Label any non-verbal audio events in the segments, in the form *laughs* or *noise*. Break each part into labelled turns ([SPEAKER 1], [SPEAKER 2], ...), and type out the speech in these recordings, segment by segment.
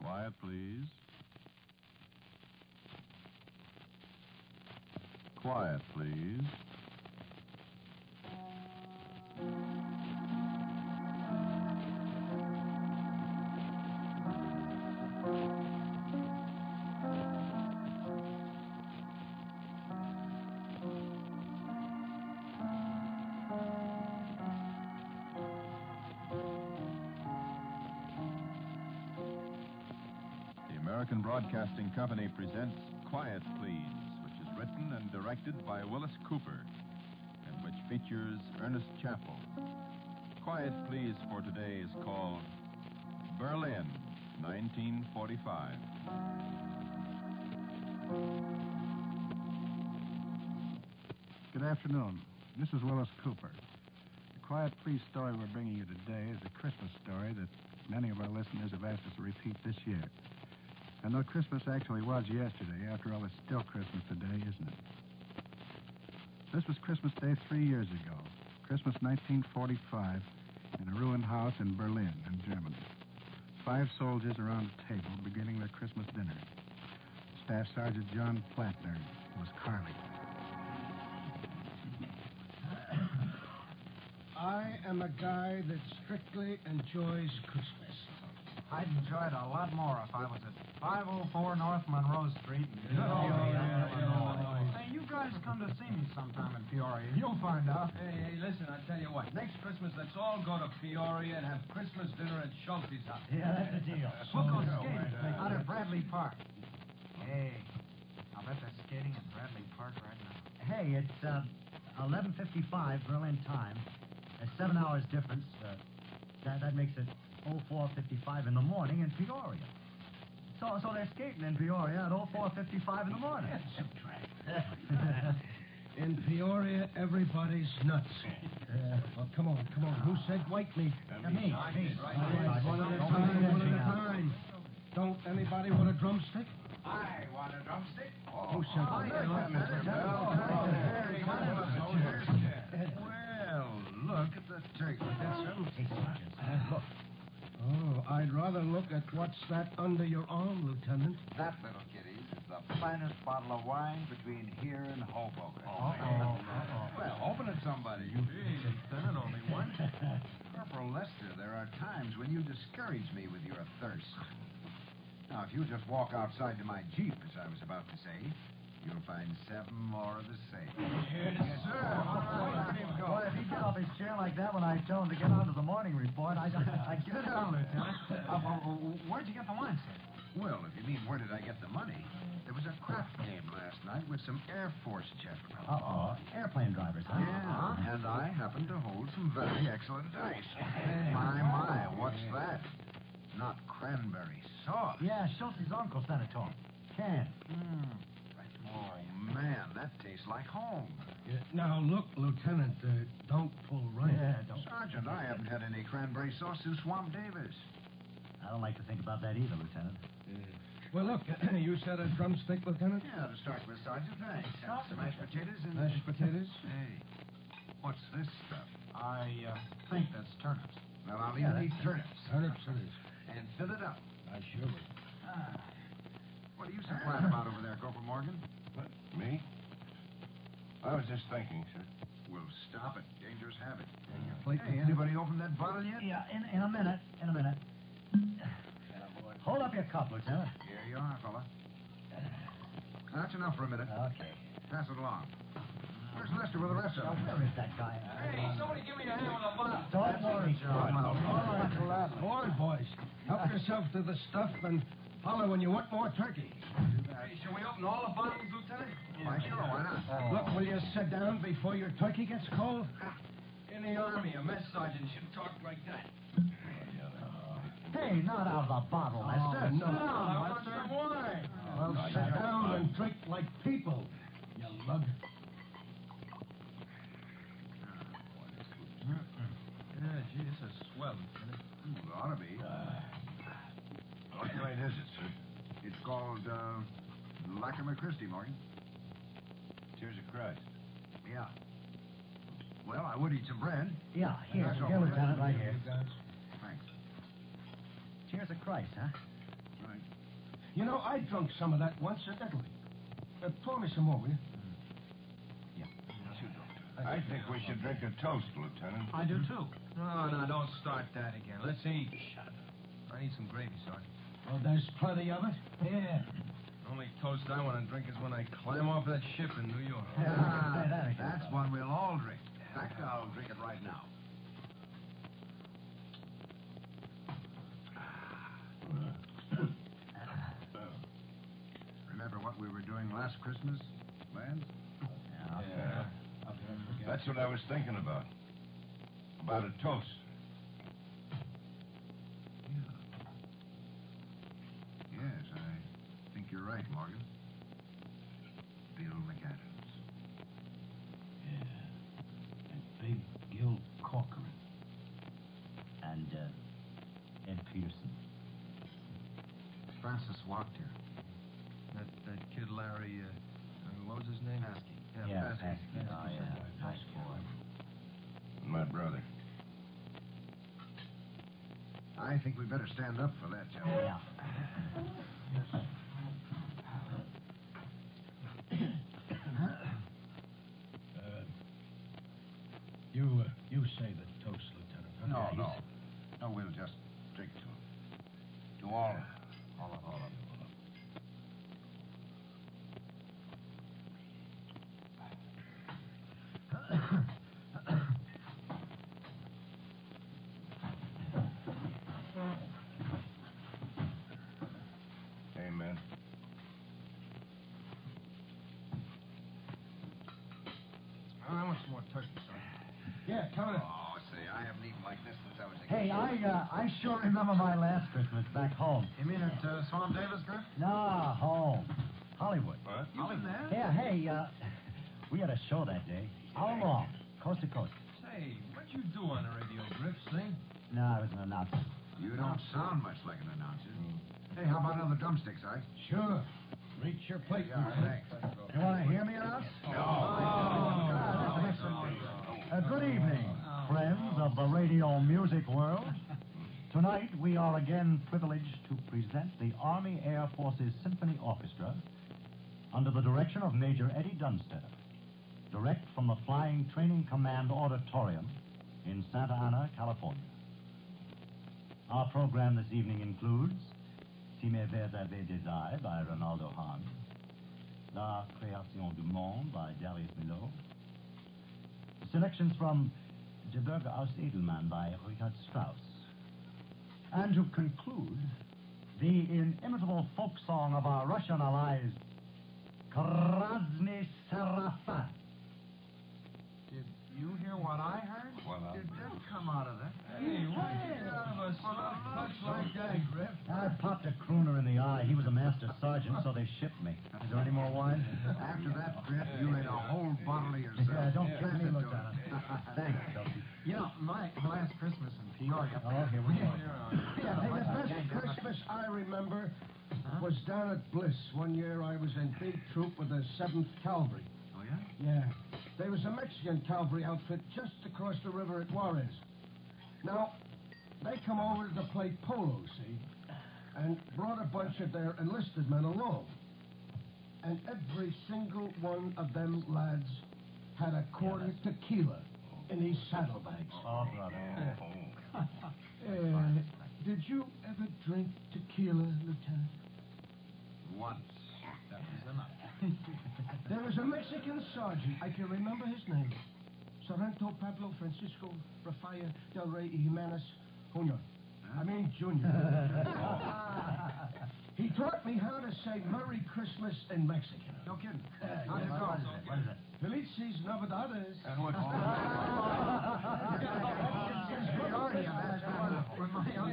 [SPEAKER 1] Quiet, please. Quiet, please. The American Broadcasting Company presents Quiet Please, which is written and directed by Willis Cooper and which features Ernest Chappell. Quiet Please for today is called Berlin, 1945.
[SPEAKER 2] Good afternoon. This is Willis Cooper. The Quiet Please story we're bringing you today is a Christmas story that many of our listeners have asked us to repeat this year. And though Christmas actually was yesterday, after all, it's still Christmas today, isn't it? This was Christmas Day three years ago, Christmas 1945, in a ruined house in Berlin, in Germany. Five soldiers around a table beginning their Christmas dinner. Staff Sergeant John Plattner was Carly.
[SPEAKER 3] I am a guy that strictly enjoys Christmas.
[SPEAKER 4] I'd enjoy it a lot more if I was at 504 North Monroe Street in
[SPEAKER 5] Oh,
[SPEAKER 4] Peoria, Illinois. Hey, you guys come to see me sometime in Peoria. You'll find out.
[SPEAKER 5] Hey, hey, listen, I tell you what. Next Christmas, let's all go to Peoria and have Christmas dinner at Schulte's house.
[SPEAKER 4] Yeah, that's the deal. We'll go skating out at Bradley Park. Hey, I'll bet they're skating at Bradley Park right now. Hey, it's uh, 11:55 Berlin time. There's seven hours difference. Uh, that that makes it 04:55 in the morning in Peoria. So so they're skating in Peoria at 04:55 in the morning. *laughs*
[SPEAKER 3] In Peoria, everybody's nuts. Uh, well, come on, come on. Who said wake me?
[SPEAKER 4] me, me.
[SPEAKER 3] One at a time, one at a time. Don't anybody want a drumstick?
[SPEAKER 4] I want a drumstick.
[SPEAKER 2] Oh,
[SPEAKER 4] Oh,
[SPEAKER 3] Who said Oh,
[SPEAKER 4] Well, look at the turkey.
[SPEAKER 3] Look. Oh, I'd rather look at what's that under your arm, Lieutenant.
[SPEAKER 4] That little kiddies is the finest bottle of wine between here and Hoboken. Oh, Well, open it, somebody. You Lieutenant, only one. *laughs* Corporal Lester, there are times when you discourage me with your thirst. Now, if you just walk outside to my jeep, as I was about to say, you'll find seven more of the same. Yes, sir. Well, if he got off his chair like that when I tell him to get on to the morning report, I, I, I get it down, Lieutenant. uh, where'd you get the wine, sir? Well, if you mean where did I get the money, there was a craft game last night with some Air Force gentlemen. Uh-oh. Airplane drivers, huh? Yeah, and I happen to hold some very excellent dice. My, my, what's that? Not cranberry sauce. Yeah, Schultz's uncle sent it to him. Can. Oh, man, that tastes like home.
[SPEAKER 3] Yeah, Now, look, Lieutenant, uh, don't pull right.
[SPEAKER 4] Sergeant, I haven't had any cranberry sauce since Swamp Davis. I don't like to think about that either, Lieutenant.
[SPEAKER 3] Well, look, *clears throat* you said a drumstick, Lieutenant?
[SPEAKER 4] Yeah, to start with, Sergeant, thanks. Have some mashed potatoes and...
[SPEAKER 3] Mashed potatoes?
[SPEAKER 4] Hey, what's this stuff? I uh, think that's turnips. Well, I'll eat these turnips
[SPEAKER 3] Turnips it is.
[SPEAKER 4] and fill it up.
[SPEAKER 3] I sure would.
[SPEAKER 6] Uh,
[SPEAKER 4] Ah. What are you so quiet about over there, Corporal Morgan?
[SPEAKER 1] Me? I was just thinking, sir.
[SPEAKER 4] Well, stop it. Dangerous habit.
[SPEAKER 3] plate,
[SPEAKER 4] Hey, anybody open that bottle yet?
[SPEAKER 6] Yeah, in, in a minute, in a minute. *sighs* Hold up your cup, Lieutenant.
[SPEAKER 4] Here you are, fella. That's enough for a minute.
[SPEAKER 6] Okay.
[SPEAKER 4] Pass it along. Where's Lester with the rest of them?
[SPEAKER 6] Where is that guy?
[SPEAKER 5] Hey, somebody give me a hand with a bottle.
[SPEAKER 6] Don't worry, John.
[SPEAKER 3] Boy, boys, help yourself to the stuff and holler when you want more turkey.
[SPEAKER 5] Hey, shall we open all the bottles, Lieutenant?
[SPEAKER 3] Oh.
[SPEAKER 4] Why, sure, why not?
[SPEAKER 3] Look, will you sit down before your turkey gets cold?
[SPEAKER 5] in the army, a mess sergeant should talk like that.
[SPEAKER 6] Hey, not out of the bottle, Lester.
[SPEAKER 3] no.
[SPEAKER 6] Sit down,
[SPEAKER 5] I want
[SPEAKER 6] Lester.
[SPEAKER 5] some wine.
[SPEAKER 3] Well, sit down and drink like people, you lug.
[SPEAKER 5] Yeah, gee, this is swell, Lieutenant.
[SPEAKER 4] It Hmm, ought to be. what kind is it, sir? Uh, It's called, uh, Lackamer Christie, Morgan. Tears of Christ. Yeah. Well, I would eat some bread.
[SPEAKER 6] Yeah, here,
[SPEAKER 4] That's all
[SPEAKER 6] here,
[SPEAKER 4] right.
[SPEAKER 6] Lieutenant, right here.
[SPEAKER 4] Thanks.
[SPEAKER 6] Cheers of Christ, huh?
[SPEAKER 4] Right.
[SPEAKER 3] You know, I drunk some of that once in Italy. Uh, pour me some more, will you?
[SPEAKER 4] I think we should drink a toast, Lieutenant.
[SPEAKER 5] I do too. No, no, don't start that again. Let's eat. Shut up. I need some gravy, Sergeant.
[SPEAKER 3] Well, Oh, there's plenty of it. Here.
[SPEAKER 5] Only toast I want to drink is when I climb off that ship in New York.
[SPEAKER 6] Ah, that ain't
[SPEAKER 4] That's
[SPEAKER 6] good.
[SPEAKER 4] one we'll all drink. In fact, I'll drink it right now. Remember what we were doing last Christmas, Lance?
[SPEAKER 6] Yeah.
[SPEAKER 4] That's what I was thinking about. About a toast. Yeah. Yes, I think you're right, Morgan. Bill McAdams.
[SPEAKER 3] Big Gil Corcoran.
[SPEAKER 6] And, uh, Ed Peterson.
[SPEAKER 4] Francis walked here.
[SPEAKER 5] That, that kid Larry, uh, what was his name? Askey.
[SPEAKER 6] Yeah, Oh, Pesky. Oh, yeah. Nice boy.
[SPEAKER 4] My brother. I think we better stand up for that, gentlemen.
[SPEAKER 6] Yeah.
[SPEAKER 3] You, uh, you say the toast, Lieutenant. huh?
[SPEAKER 4] No,
[SPEAKER 3] Yeah, you
[SPEAKER 4] no. No, we'll just drink to him. To all. All of all of Amen.
[SPEAKER 5] I want some more turkey, Sergeant.
[SPEAKER 6] Yeah, come on.
[SPEAKER 4] Oh, say, I haven't eaten like this since I was a
[SPEAKER 6] Hey, I,
[SPEAKER 4] kid.
[SPEAKER 6] uh, I sure remember my last Christmas back home.
[SPEAKER 5] You mean at uh, Swamp Davis, Griff?
[SPEAKER 6] Nah, home. Hollywood.
[SPEAKER 4] What? You been there?
[SPEAKER 6] Yeah, hey, uh, *laughs* we had a show that day. How long? Coast to coast.
[SPEAKER 5] Say, what you do on the radio, eh? Griff? Sing?
[SPEAKER 6] No, I was an announcer.
[SPEAKER 4] You don't sound much like an announcer. Hey, how about another drumstick, Si?
[SPEAKER 3] Sure. Reach your plate.
[SPEAKER 4] Yeah, thanks.
[SPEAKER 6] You want to hear me announce? Uh, good evening, friends of the radio music world. Tonight, we are again privileged to present the Army Air Forces Symphony Orchestra under the direction of Major Eddie Dunstead, direct from the Flying Training Command Auditorium in Santa Ana, California. Our program this evening includes Si mes vers avaient des eyes by Ronaldo Hahn, La Création du Monde by Darius Milhaud, Selections from Die Bürger aus Edelmann by Richard Strauss. And to conclude, the inimitable folk song of our Russian allies, Krasny Sarafat.
[SPEAKER 4] Did you hear what I heard? Did that come out of that?
[SPEAKER 5] Hey, why you get out of a swamp punch like that, Griff?
[SPEAKER 6] I popped a crooner in the eye. He was a master sergeant, so they shipped me. Is there any more wine?
[SPEAKER 4] After that trip, you ate a whole bottle of yourself.
[SPEAKER 6] Yeah, Uh, don't kid me,
[SPEAKER 4] Listen to
[SPEAKER 6] Lieutenant.
[SPEAKER 4] it.
[SPEAKER 6] Thanks, Dusty.
[SPEAKER 4] You know, my last Christmas in Peoria.
[SPEAKER 6] Oh, here we go.
[SPEAKER 3] Yeah, hey, the best Christmas I remember was down at Bliss. One year I was in big troop with the 7th Cavalry.
[SPEAKER 4] Oh, yeah?
[SPEAKER 3] Yeah. There was a Mexican cavalry outfit just across the river at Juarez. Now, they come over to play polo, see, and brought a bunch of their enlisted men along. And every single one of them lads had a quarter tequila in his saddlebags.
[SPEAKER 6] Oh, brother.
[SPEAKER 3] Uh, did you ever drink tequila, Lieutenant?
[SPEAKER 4] Once. That was enough.
[SPEAKER 3] *laughs* There was a Mexican sergeant. I can remember his name. Sorrento Pablo Francisco Rafael Del Rey Jimenez Junior. I mean Junior. he taught me how to say Merry Christmas in Mexican.
[SPEAKER 4] No kidding.
[SPEAKER 3] Yeah,
[SPEAKER 4] How'd it
[SPEAKER 3] yeah.
[SPEAKER 4] go?
[SPEAKER 6] What is it?
[SPEAKER 3] Felices Navidades.
[SPEAKER 4] And
[SPEAKER 3] *laughs*
[SPEAKER 4] what's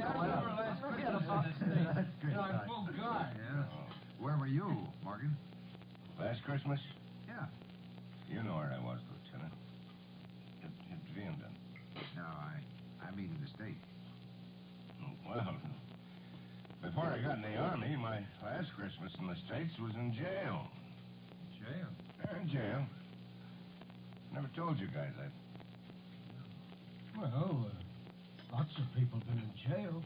[SPEAKER 6] That's good.
[SPEAKER 5] I'm full guy.
[SPEAKER 4] Where were you, Morgan?
[SPEAKER 1] Last Christmas?
[SPEAKER 4] Yeah.
[SPEAKER 1] You know where I was, Lieutenant. At, at Vianden.
[SPEAKER 4] No, I, I mean in the state.
[SPEAKER 1] Oh, Well, before I got in the Army, my last Christmas in the States was in jail.
[SPEAKER 5] Jail.
[SPEAKER 1] Uh, In jail. Never told you guys that.
[SPEAKER 3] Well, uh, lots of people been in jail.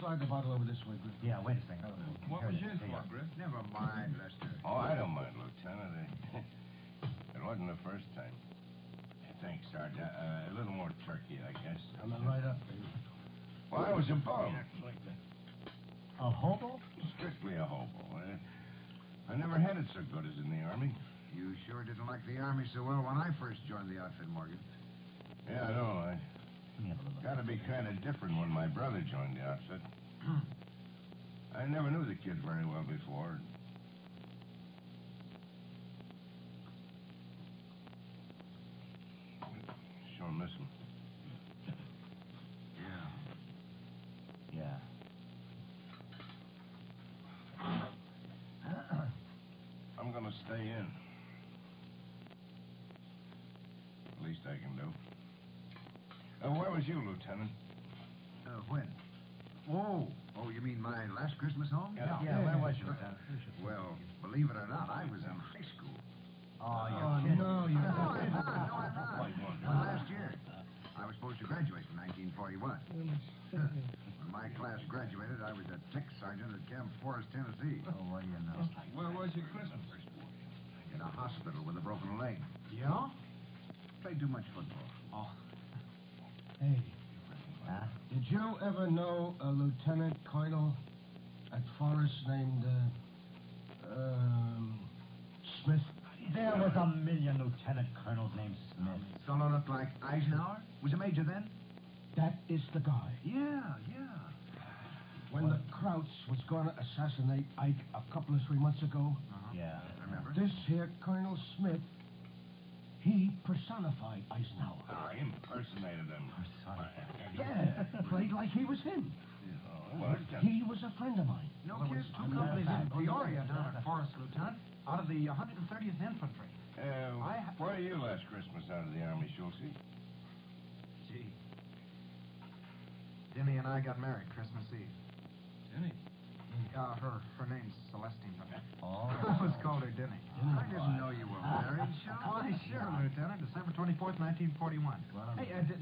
[SPEAKER 3] Slide the bottle over this way, Griffin.
[SPEAKER 6] Yeah, wait a second.
[SPEAKER 5] What was in for, Griff?
[SPEAKER 4] Never mind, Lester.
[SPEAKER 1] Oh, I don't mind, Lieutenant. *laughs* It wasn't the first time. Thanks, Sergeant. Uh, a little more turkey, I guess.
[SPEAKER 3] Coming right up.
[SPEAKER 1] Well, I was a bum.
[SPEAKER 6] A hobo?
[SPEAKER 1] Strictly a hobo. I, I never had it so good as in the Army.
[SPEAKER 4] You sure didn't like the Army so well when I first joined the outfit, Morgan.
[SPEAKER 1] Yeah, I know. I
[SPEAKER 6] Let me have a little look.
[SPEAKER 1] Gotta be kind of different when my brother joined the outfit. I never knew the kid very well before. Sure miss him.
[SPEAKER 4] Yeah.
[SPEAKER 6] Yeah.
[SPEAKER 1] I'm gonna stay in. Least I can do. Uh, where was you, Lieutenant?
[SPEAKER 4] Uh, when? Oh, oh, you mean my last Christmas home?
[SPEAKER 1] Yeah.
[SPEAKER 6] Yeah, where was you, Lieutenant?
[SPEAKER 4] Well, believe it or not, I was in high school.
[SPEAKER 6] Oh, you're
[SPEAKER 3] Oh,
[SPEAKER 6] kidding.
[SPEAKER 3] no, you
[SPEAKER 4] *laughs* No, I'm not. No, I'm
[SPEAKER 1] Why, you
[SPEAKER 4] not.
[SPEAKER 1] want-
[SPEAKER 4] Well, last year, I was supposed to graduate in 1941. When my class graduated, I was a tech sergeant at Camp Forest, Tennessee,
[SPEAKER 6] Oh, what do you know?
[SPEAKER 5] Where was your Christmas?
[SPEAKER 4] in a hospital with a broken leg.
[SPEAKER 6] Yeah?
[SPEAKER 4] Played too much football.
[SPEAKER 3] Hey,
[SPEAKER 6] Huh?
[SPEAKER 3] did you ever know a lieutenant colonel at Forest named, uh, um, Smith?
[SPEAKER 6] There was a million lieutenant colonels named Smith.
[SPEAKER 4] Fellow looked like Eisenhower. Was a major then?
[SPEAKER 3] That is the guy.
[SPEAKER 4] Yeah, yeah.
[SPEAKER 3] When the Krauts was gonna assassinate Ike a couple of three months ago,
[SPEAKER 6] Yeah.
[SPEAKER 4] Remember?
[SPEAKER 3] this here Colonel Smith, he personified Eisenhower.
[SPEAKER 1] I impersonated him.
[SPEAKER 3] Yeah, played like he was him.
[SPEAKER 1] Oh, well, Lieutenant.
[SPEAKER 3] He was a friend of mine.
[SPEAKER 4] No
[SPEAKER 6] Well, it
[SPEAKER 4] kids,
[SPEAKER 6] was
[SPEAKER 4] two
[SPEAKER 6] on
[SPEAKER 4] companies
[SPEAKER 6] that
[SPEAKER 4] in
[SPEAKER 6] side.
[SPEAKER 4] Peoria down at Forest, Lieutenant, out of the 130th Infantry.
[SPEAKER 1] Uh,
[SPEAKER 4] I ha-
[SPEAKER 1] where were you last Christmas out of the Army, Schultzy?
[SPEAKER 4] Gee. Jimmy and I got married Christmas Eve.
[SPEAKER 5] Jimmy.
[SPEAKER 4] Uh, her her name's Celestine. *laughs*
[SPEAKER 6] Oh.
[SPEAKER 4] Let's call her Denny. I didn't know you were married, *laughs* Sean. Why, sure, Lieutenant. December 24th, 1941.
[SPEAKER 6] Well,
[SPEAKER 4] hey, uh, did,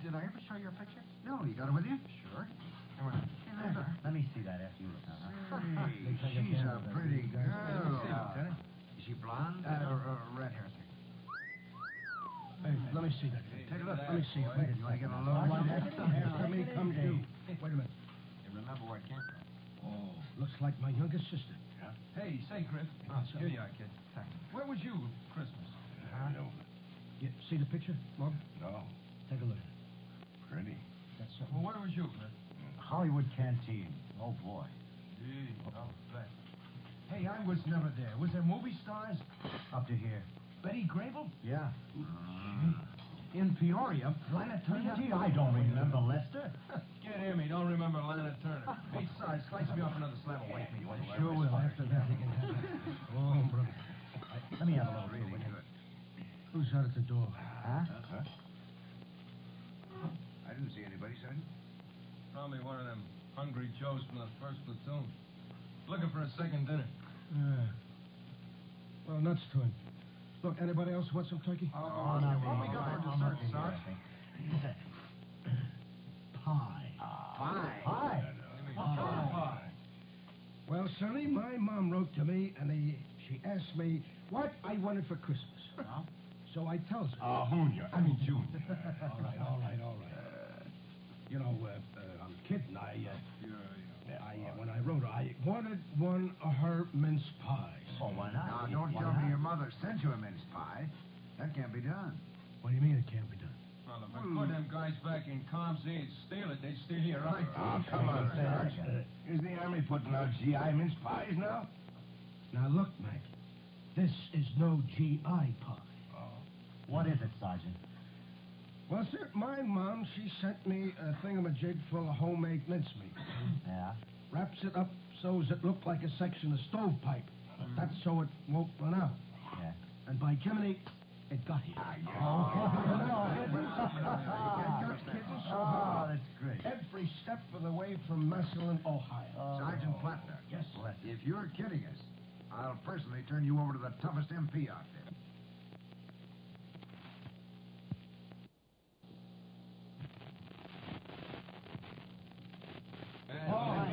[SPEAKER 4] did I ever show your picture? No, you got it with you? Sure. Come on.
[SPEAKER 6] Let me see that after you, Lieutenant.
[SPEAKER 4] Hey, she's a pretty girl. Is she blonde? Uh, or, or red hair, sir.
[SPEAKER 3] Hey, let me see that.
[SPEAKER 4] Take a look.
[SPEAKER 3] Let me see.
[SPEAKER 4] Wait, you want to get a look?
[SPEAKER 3] After me comes you. Wait a minute.
[SPEAKER 4] You remember where it came from?
[SPEAKER 3] Oh, looks like my younger sister.
[SPEAKER 5] Hey, say, Griff.
[SPEAKER 3] Oh, sir.
[SPEAKER 5] Here you are, kid.
[SPEAKER 4] Thanks.
[SPEAKER 5] Where was you Christmas?
[SPEAKER 1] I don't
[SPEAKER 3] You see the picture, Mom?
[SPEAKER 1] know.
[SPEAKER 3] Take a look.
[SPEAKER 1] Pretty.
[SPEAKER 3] That's something.
[SPEAKER 5] Well, where was you, Griff?
[SPEAKER 6] Hollywood Canteen. Oh, boy.
[SPEAKER 5] Gee, oh, I'll bet.
[SPEAKER 6] Hey, I was never there. Was there movie stars? Up to here. Betty Grable? Yeah.
[SPEAKER 3] Ah.
[SPEAKER 6] In Peoria, Planetonia? Gee, I don't remember Lester.
[SPEAKER 5] Can't hear me. Don't remember Lana
[SPEAKER 6] *laughs*
[SPEAKER 5] Turner. hey, sorry. Slice me off another slab of white meat. will you?
[SPEAKER 3] *laughs* Sure will. After
[SPEAKER 6] *laughs*
[SPEAKER 3] that, you can have it. Oh, brother.
[SPEAKER 6] Let me have a little really
[SPEAKER 3] Who's out at the door?
[SPEAKER 6] Huh?
[SPEAKER 1] Huh?
[SPEAKER 4] I didn't see anybody, Sergeant.
[SPEAKER 5] Probably one of them hungry Joes from the first platoon. Looking for a second dinner.
[SPEAKER 3] Yeah. Well, nuts to him. Look, anybody else want some turkey?
[SPEAKER 5] Uh,
[SPEAKER 4] Oh, no. What we got for dessert, Sarge?
[SPEAKER 3] Pie.
[SPEAKER 4] Pie.
[SPEAKER 6] Hi.
[SPEAKER 3] Well, Sonny, my mom wrote to me, and he, she asked me what I wanted for Christmas.
[SPEAKER 5] Uh-huh.
[SPEAKER 3] So I tells her.
[SPEAKER 1] Uh, Junior. I mean, Junior.
[SPEAKER 3] all right, all right, all right. You know, uh, uh, I'm kidding. I, uh, I, uh, when I wrote her, I wanted one of her mince pies.
[SPEAKER 6] Oh, why not?
[SPEAKER 4] Now, don't
[SPEAKER 6] Why
[SPEAKER 4] tell
[SPEAKER 6] not?
[SPEAKER 4] me your mother sent you a mince pie. That can't be done.
[SPEAKER 3] What do you mean it can't be done?
[SPEAKER 5] Well, if I put them guys back in comms, they'd steal it. They'd steal your eyes.
[SPEAKER 3] Ah,
[SPEAKER 1] Oh, come on,
[SPEAKER 6] Say that
[SPEAKER 1] Sarge.
[SPEAKER 6] again.
[SPEAKER 1] Is the Army putting out GI mince pies now?
[SPEAKER 3] Now, look, Mac. This is no GI pie.
[SPEAKER 6] What is it, Sergeant?
[SPEAKER 3] Well, sir, my mom, she sent me a thingamajig full of homemade mincemeat.
[SPEAKER 6] Yeah.
[SPEAKER 3] Wraps it up so's it looked like a section of stovepipe. That's so it won't run out.
[SPEAKER 6] Yeah.
[SPEAKER 3] And by Jiminy, it got here. Ah, I got kittens
[SPEAKER 6] Oh, that's great.
[SPEAKER 3] every step of the way from Massillon, Ohio.
[SPEAKER 4] Sergeant Plattner.
[SPEAKER 3] Oh. Yes.
[SPEAKER 4] If you're kidding us, I'll personally turn you over to the toughest MP out there.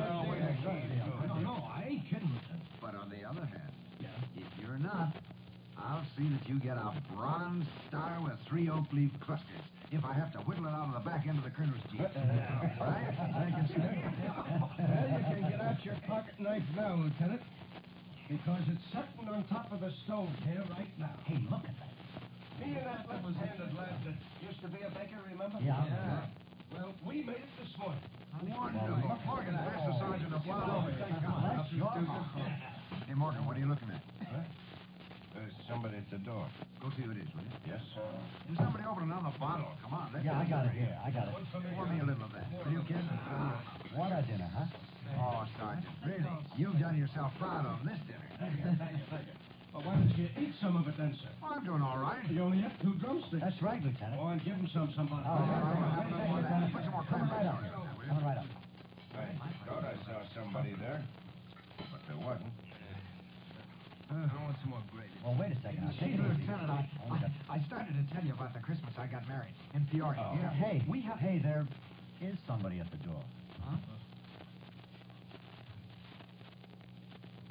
[SPEAKER 3] No, no, I ain't kidding with them.
[SPEAKER 4] But on the other hand,
[SPEAKER 3] Yeah.
[SPEAKER 4] if you're not, I'll see that you get a bronze star with three oak leaf clusters. If I have to whittle it out of the back end of the colonel's
[SPEAKER 6] *laughs*
[SPEAKER 4] jeep.
[SPEAKER 3] Well, you can get out your pocket knife now, Lieutenant. Because it's sitting on top of the stove here right now.
[SPEAKER 6] Hey, look at that.
[SPEAKER 3] Me and Atlas was hand at lab that used to be a baker, remember?
[SPEAKER 6] Yeah.
[SPEAKER 3] Well, we made it this morning.
[SPEAKER 4] Wonderful. Morgan, pass the sergeant a flower.
[SPEAKER 6] That's your fault.
[SPEAKER 4] Hey, Morgan, what are you looking at?
[SPEAKER 1] There's somebody at the door.
[SPEAKER 4] Go see who it is, will you?
[SPEAKER 1] Yes, sir.
[SPEAKER 4] Will somebody open another bottle? Come on, let's
[SPEAKER 6] Yeah, I got it here. I got it.
[SPEAKER 4] Pour me a little of that. Will you, Ah. kid?
[SPEAKER 6] What a dinner, huh?
[SPEAKER 4] Oh, Sergeant, really? You've done yourself proud on this dinner.
[SPEAKER 3] Well, why don't you eat some of it then, sir?
[SPEAKER 4] Oh, I'm doing all right.
[SPEAKER 3] You only have two drumsticks.
[SPEAKER 6] That's right, Lieutenant.
[SPEAKER 3] Oh, and give him some, somebody.
[SPEAKER 6] Oh, yeah, yeah,
[SPEAKER 4] Have a
[SPEAKER 6] yeah.
[SPEAKER 4] little more of that. Put some more
[SPEAKER 6] Coming
[SPEAKER 4] pepper
[SPEAKER 6] right up.
[SPEAKER 4] on it.
[SPEAKER 6] Coming right up.
[SPEAKER 1] I thought I saw somebody there, but there wasn't.
[SPEAKER 5] I want some more gravy.
[SPEAKER 6] Well, wait a second. now.
[SPEAKER 4] Hey,
[SPEAKER 6] Take it easy.
[SPEAKER 4] Lieutenant, I,
[SPEAKER 6] Oh, we got-
[SPEAKER 4] I, I started to tell you about the Christmas I got married in Peoria. yeah.
[SPEAKER 6] Oh, Hey,
[SPEAKER 4] we have.
[SPEAKER 6] Hey, there is somebody at the door.
[SPEAKER 4] Huh?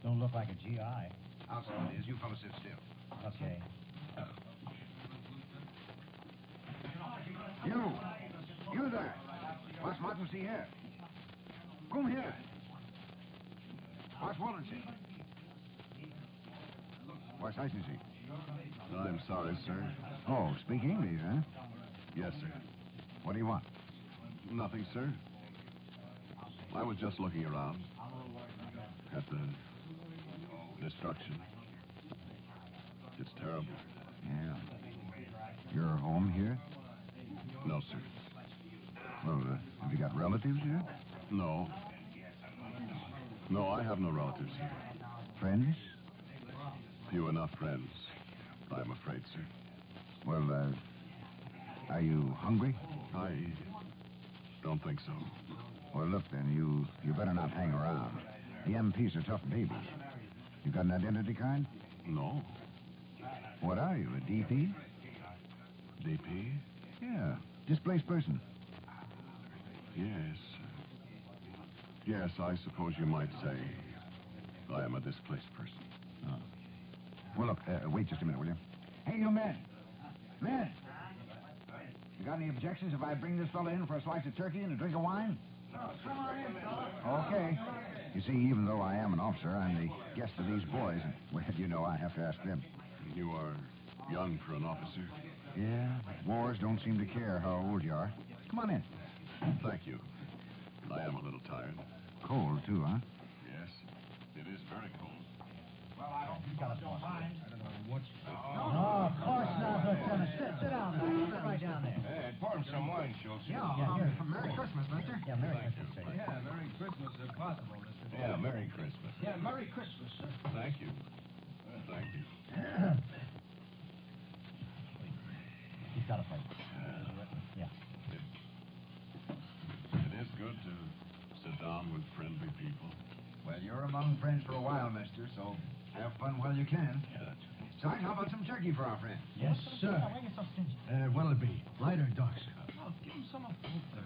[SPEAKER 6] Don't look like a GI.
[SPEAKER 4] Outside it is. You fellas sit still.
[SPEAKER 6] Okay.
[SPEAKER 4] You, you there. What's Martin see here? Come here. What's Walton see? What's Tyson see?
[SPEAKER 1] I'm sorry, sir.
[SPEAKER 4] Oh, speak English, huh?
[SPEAKER 1] Yes, sir.
[SPEAKER 4] What do you want?
[SPEAKER 1] Nothing, sir. I was just looking around at the destruction. It's terrible.
[SPEAKER 4] Yeah. You're home here?
[SPEAKER 1] No, sir.
[SPEAKER 4] Well, uh, have you got relatives here?
[SPEAKER 1] No. No, I have no relatives here.
[SPEAKER 4] Friends?
[SPEAKER 1] Few enough friends, I'm afraid, sir.
[SPEAKER 4] Well, uh, are you hungry? Oh,
[SPEAKER 1] I don't think so.
[SPEAKER 4] Well, look, then, you you better not hang around. The MPs are tough people. You got an identity card?
[SPEAKER 1] No.
[SPEAKER 4] What are you, a DP?
[SPEAKER 1] DP?
[SPEAKER 4] Yeah, displaced person.
[SPEAKER 1] Yes. Yes, I suppose you might say I am a displaced person.
[SPEAKER 4] Oh. Well, look, uh, wait just a minute, will you? Hey, you men. Men. You got any objections if I bring this fella in for a slice of turkey and a drink of wine? Okay. You see, even though I am an officer, I'm the guest of these boys. And, well, *laughs* you know, I have to ask them.
[SPEAKER 1] You are young for an officer.
[SPEAKER 4] Yeah, wars don't seem to care how old you are. Come on in.
[SPEAKER 1] Thank you. I am a little tired.
[SPEAKER 4] Cold, too, huh?
[SPEAKER 1] Yes, it is very cold.
[SPEAKER 6] No, Oh, of course not, Lieutenant. Sit, sit down. now. Sit right down there.
[SPEAKER 1] Hey, pour him some wine, Schultz.
[SPEAKER 6] Yeah, here.
[SPEAKER 4] Merry Christmas, mister.
[SPEAKER 6] Yeah, Merry Christmas, sir.
[SPEAKER 5] Yeah, Merry Christmas if possible, Mr.
[SPEAKER 1] Yeah, Merry Christmas.
[SPEAKER 3] Yeah, Merry Christmas, sir.
[SPEAKER 1] Thank you. Thank you.
[SPEAKER 6] He's got a plate. Yeah.
[SPEAKER 1] It is good to sit down with friendly people.
[SPEAKER 4] Well, you're among friends for a while, mister, so have fun while you can. Sarge, how about some turkey for our friend?
[SPEAKER 3] Yes, sir. Uh, Wellaby, light or dark, sir?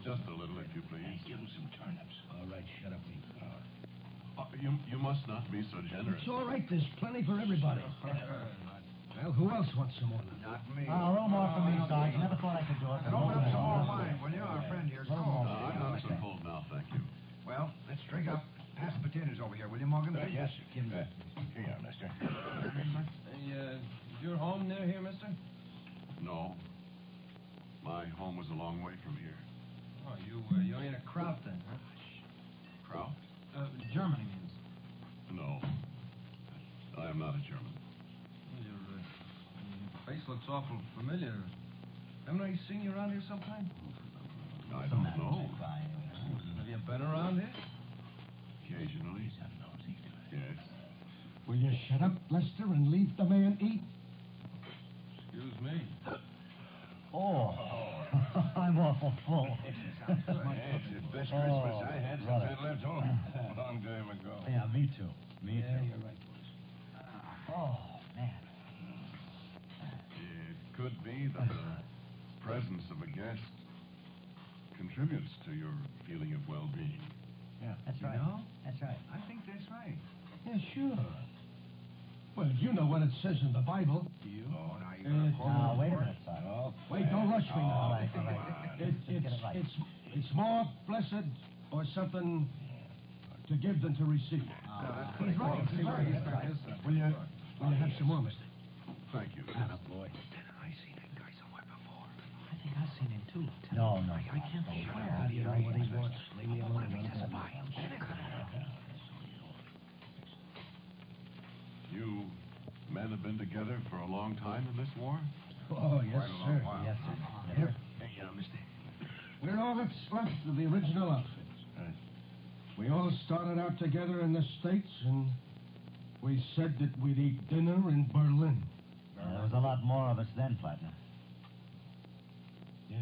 [SPEAKER 1] Just a little, if you please. Give him some turnips.
[SPEAKER 3] All right, shut up, Lee.
[SPEAKER 1] Uh, you, you must not be so generous.
[SPEAKER 3] It's all right. There's plenty for *laughs* everybody. well, who else wants some more? now?
[SPEAKER 4] Not me.
[SPEAKER 6] Uh, a little more for me, Sarge. Never thought I could do it.
[SPEAKER 4] And open up some more wine, will you? Our friend here's
[SPEAKER 1] No,
[SPEAKER 4] cold.
[SPEAKER 1] Uh, I'm not so cold now, thank you.
[SPEAKER 4] Well, let's drink up. Pass the potatoes over here, will you, Morgan?
[SPEAKER 6] Uh,
[SPEAKER 4] yes. Give me
[SPEAKER 1] Here you are, mister.
[SPEAKER 5] Hey, uh, your home near here, mister?
[SPEAKER 1] No. My home was a long way from here.
[SPEAKER 5] Oh, you, uh, you ain't a Kraut then, huh?
[SPEAKER 1] Kraut?
[SPEAKER 5] Uh, Germany means.
[SPEAKER 1] No. I am not a German.
[SPEAKER 5] awful familiar. Haven't I seen you around here sometime?
[SPEAKER 1] I don't know.
[SPEAKER 5] Have you been around here?
[SPEAKER 1] Occasionally. Yes.
[SPEAKER 3] Will you shut up, Lester, and leave the man eat?
[SPEAKER 5] Excuse me.
[SPEAKER 6] Oh, *laughs* I'm awful full.
[SPEAKER 1] That's the best
[SPEAKER 6] Oh,
[SPEAKER 1] Christmas I had since I left home. A long time ago.
[SPEAKER 6] yeah, me too. Me
[SPEAKER 5] Yeah,
[SPEAKER 6] too.
[SPEAKER 5] you're right.
[SPEAKER 6] Oh, man.
[SPEAKER 1] It could be that the *laughs* presence of a guest contributes to your feeling of well-being.
[SPEAKER 6] Yeah, that's
[SPEAKER 4] You
[SPEAKER 6] right.
[SPEAKER 4] know?
[SPEAKER 6] That's right.
[SPEAKER 4] I think that's right.
[SPEAKER 3] Yeah, sure. Well, you know what it says in the Bible.
[SPEAKER 4] Do you? Oh, now you're
[SPEAKER 3] Uh,
[SPEAKER 4] gonna quote
[SPEAKER 6] Now,
[SPEAKER 4] me
[SPEAKER 6] wait a
[SPEAKER 4] for it?
[SPEAKER 6] minute, son.
[SPEAKER 3] Oh, Wait, don't rush me
[SPEAKER 6] All
[SPEAKER 3] now.
[SPEAKER 6] right, all
[SPEAKER 3] It,
[SPEAKER 6] right. Just
[SPEAKER 3] it's,
[SPEAKER 6] get it right.
[SPEAKER 3] it's, it's more blessed or something to give than to receive.
[SPEAKER 6] Ah,
[SPEAKER 3] He's right. He's right. Will you, will you have some more, mister?
[SPEAKER 1] Thank you.
[SPEAKER 6] No, no. I can't be sure. How do you know what he wants? Leave me alone.
[SPEAKER 1] You men have been together for a long time in this war?
[SPEAKER 3] Oh, yes, sir.
[SPEAKER 6] Yes, sir. Yes,
[SPEAKER 3] Here.
[SPEAKER 6] sir.
[SPEAKER 3] We're all that's left of the original outfit.
[SPEAKER 1] Right.
[SPEAKER 3] We all started out together in the States, and we said that we'd eat dinner in Berlin.
[SPEAKER 6] Yeah, There was a lot more of us then, partner.
[SPEAKER 3] Yeah,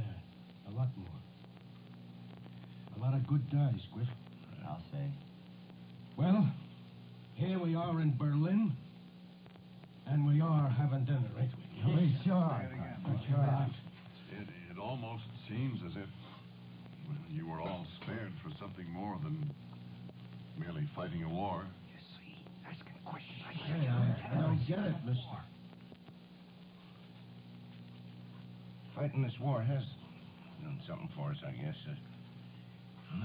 [SPEAKER 3] a lot more. A lot of good guys, Griff.
[SPEAKER 6] I'll say.
[SPEAKER 3] Well, here we are in Berlin, and we are having dinner, ain't we?
[SPEAKER 6] We sure are.
[SPEAKER 3] Sure are.
[SPEAKER 1] It, it almost seems as if well, you were all spared for something more than merely fighting a war.
[SPEAKER 3] Hey, I, I don't get it, mister.
[SPEAKER 4] Fighting this war has done something for us, I guess. Uh,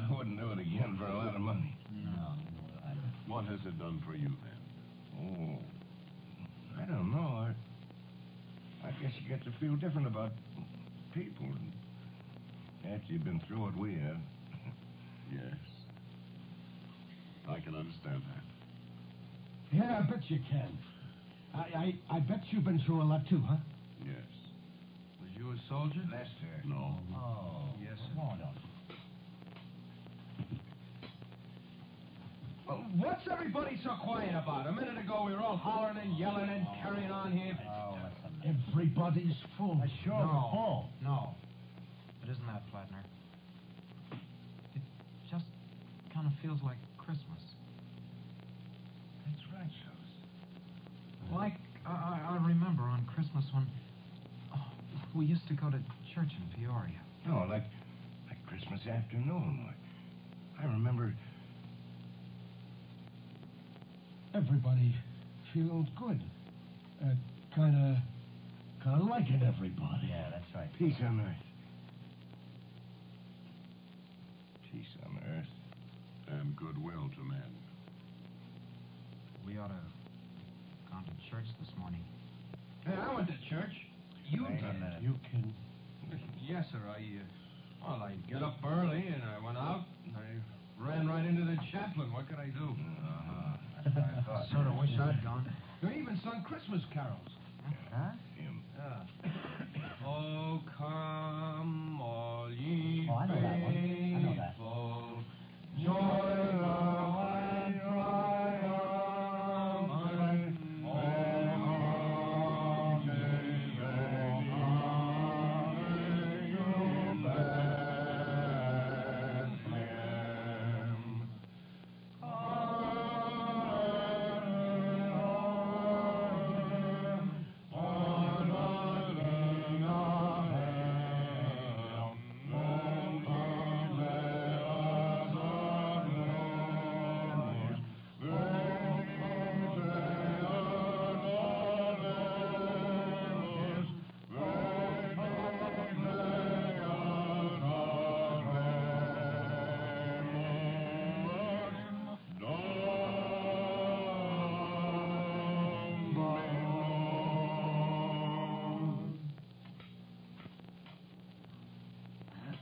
[SPEAKER 4] I wouldn't do it again for a lot of money.
[SPEAKER 6] No, I don't.
[SPEAKER 1] What has it done for you then?
[SPEAKER 4] Oh, I don't know. I, I guess you get to feel different about people after you've been through what we have.
[SPEAKER 1] Yes. I can understand that.
[SPEAKER 3] Yeah, I bet you can. I, I, I bet you've been through a lot too, huh?
[SPEAKER 1] Yes.
[SPEAKER 5] Was you a soldier?
[SPEAKER 4] Lester.
[SPEAKER 1] No.
[SPEAKER 6] Oh.
[SPEAKER 5] Yes, sir.
[SPEAKER 6] Come on, don't.
[SPEAKER 5] Well, what's everybody so quiet about? A minute ago, we were all hollering and yelling and carrying on here.
[SPEAKER 6] Oh, that's something.
[SPEAKER 3] Everybody's full.
[SPEAKER 6] Sure,
[SPEAKER 5] No.
[SPEAKER 6] Paul.
[SPEAKER 7] No. It isn't that, Flatner. It just kind of feels like Christmas.
[SPEAKER 4] That's right, Charles.
[SPEAKER 7] Like I, I- I remember on Christmas when oh, we used to go to church in Peoria.
[SPEAKER 4] No, Oh, like, like Christmas afternoon. I, I remember.
[SPEAKER 3] Everybody feels good. Uh, kinda, kinda like it, everybody.
[SPEAKER 6] Yeah, that's right.
[SPEAKER 4] Peace on earth. Peace on earth.
[SPEAKER 1] And goodwill to men.
[SPEAKER 7] We ought to have gone to church this morning.
[SPEAKER 5] Hey, I went to church. You
[SPEAKER 6] Hang
[SPEAKER 5] did.
[SPEAKER 6] on a minute.
[SPEAKER 3] You can.
[SPEAKER 5] Yes, sir. I, uh, well, I get up early and I went out and I ran right into the chaplain. What could I do?
[SPEAKER 4] Uh-huh. That's what I thought.
[SPEAKER 7] Sort of wish I'd gone.
[SPEAKER 5] They even sung Christmas carols.
[SPEAKER 7] Huh?
[SPEAKER 4] Him.
[SPEAKER 5] Yeah. oh, come, all ye
[SPEAKER 6] Oh, I know that one. I know that.
[SPEAKER 5] faithful, join the high triumphant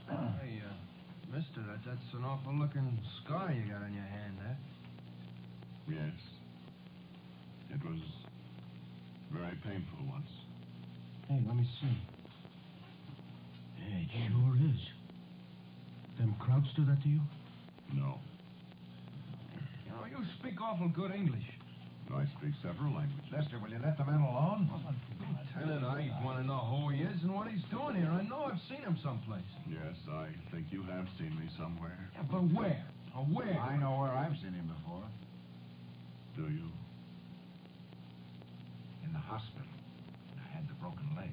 [SPEAKER 5] Hey, uh, mister, that, that's an awful looking scar you got on your hand, huh?
[SPEAKER 1] Yes. It was very painful once.
[SPEAKER 6] Hey, let me see. Yeah, it sure is. Them crowds do that to you?
[SPEAKER 1] No.
[SPEAKER 3] Oh, You know, you speak awful good English.
[SPEAKER 1] I speak several languages.
[SPEAKER 4] Lester, will you let the man alone?
[SPEAKER 3] Lieutenant, I want to know who he is and what he's doing here. I know I've seen him someplace.
[SPEAKER 1] Yes, I think you have seen me somewhere.
[SPEAKER 3] Yeah, but where? Or where?
[SPEAKER 4] I know where I've seen him before.
[SPEAKER 1] Do you?
[SPEAKER 4] In the hospital. I had the broken leg.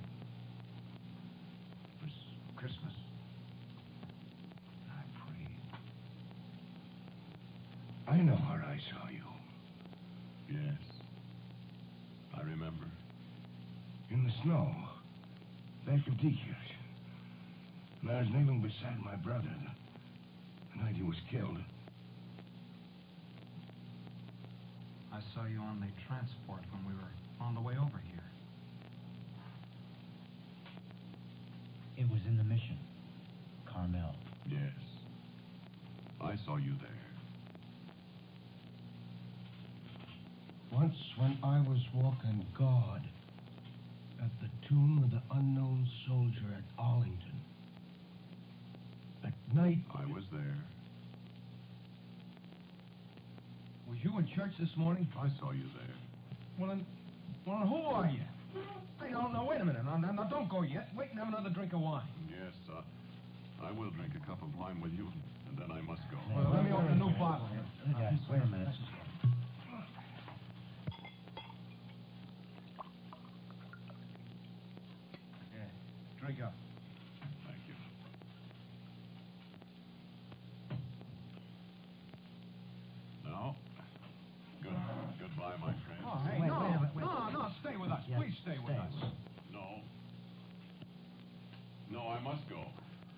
[SPEAKER 4] It was Christmas. I prayed.
[SPEAKER 1] I know where I saw you. Yes. I remember.
[SPEAKER 6] In the snow. Back of Deacon's. And I was kneeling beside my brother the night he was killed.
[SPEAKER 7] I saw you on the transport when we were on the way over here.
[SPEAKER 6] It was in the mission. Carmel.
[SPEAKER 1] Yes. I saw you there.
[SPEAKER 8] Once when I was walking God at the tomb of the unknown soldier at Arlington. At night,
[SPEAKER 1] I was there.
[SPEAKER 3] Was you in church this morning?
[SPEAKER 1] I saw you there.
[SPEAKER 3] Well, then, well, then who are you? I don't know. Wait a minute. Now, now, now, don't go yet. Wait and have another drink of wine.
[SPEAKER 1] Yes, uh, I will drink a cup of wine with you, and then I must go.
[SPEAKER 3] Well, let me open a new bottle here.
[SPEAKER 6] Yes, wait a minute.
[SPEAKER 3] Yeah. Drink up.
[SPEAKER 1] Thank you. Now, good, goodbye, my friend.
[SPEAKER 3] Oh, hey,
[SPEAKER 6] Wait,
[SPEAKER 3] no,
[SPEAKER 6] wait a minute, wait.
[SPEAKER 3] no, no, stay with us.
[SPEAKER 6] Yeah,
[SPEAKER 3] Please stay, with
[SPEAKER 6] stay.
[SPEAKER 3] us.
[SPEAKER 1] No. No, I must go.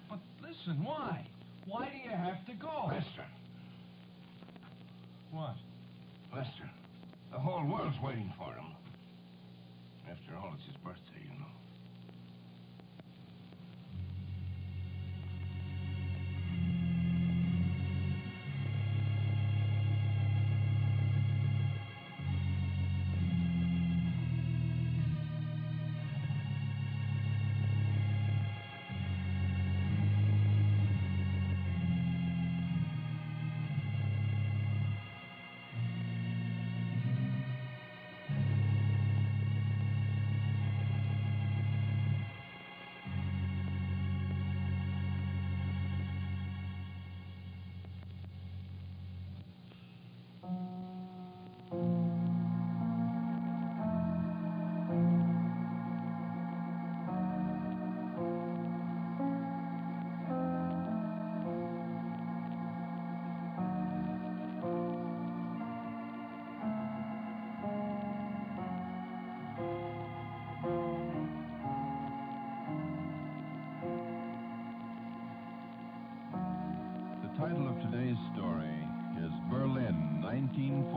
[SPEAKER 3] But listen, why? Why do you have to go?
[SPEAKER 6] Lester.
[SPEAKER 3] What?
[SPEAKER 6] Lester. The whole world's waiting for him. After all, it's his birthday, you know.
[SPEAKER 1] The title of today's story is Berlin, 1945.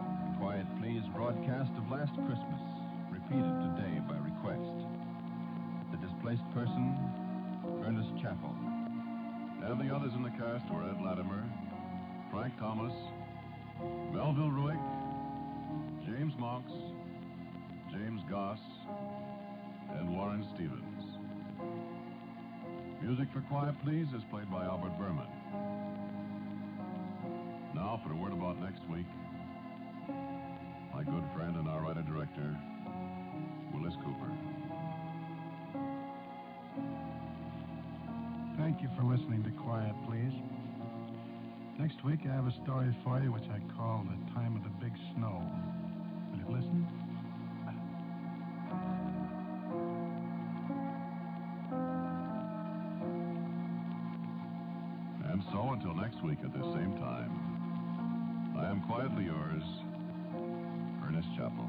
[SPEAKER 1] The Quiet Please broadcast of last Christmas, repeated today by request. The displaced person, Ernest Chappell. And the others in the cast were Ed Latimer, Frank Thomas, Melville Ruick, James Monks, James Goss, and Warren Stevens. Music for Quiet Please is played by Albert Berman. Now for a word about next week. My good friend and our writer director, Willis Cooper.
[SPEAKER 9] Thank you for listening to Quiet Please. Next week I have a story for you which I call The Time of the Big Snow. Will you listen?
[SPEAKER 1] And so until next week at this same time, I am quietly yours, Ernest Chappell.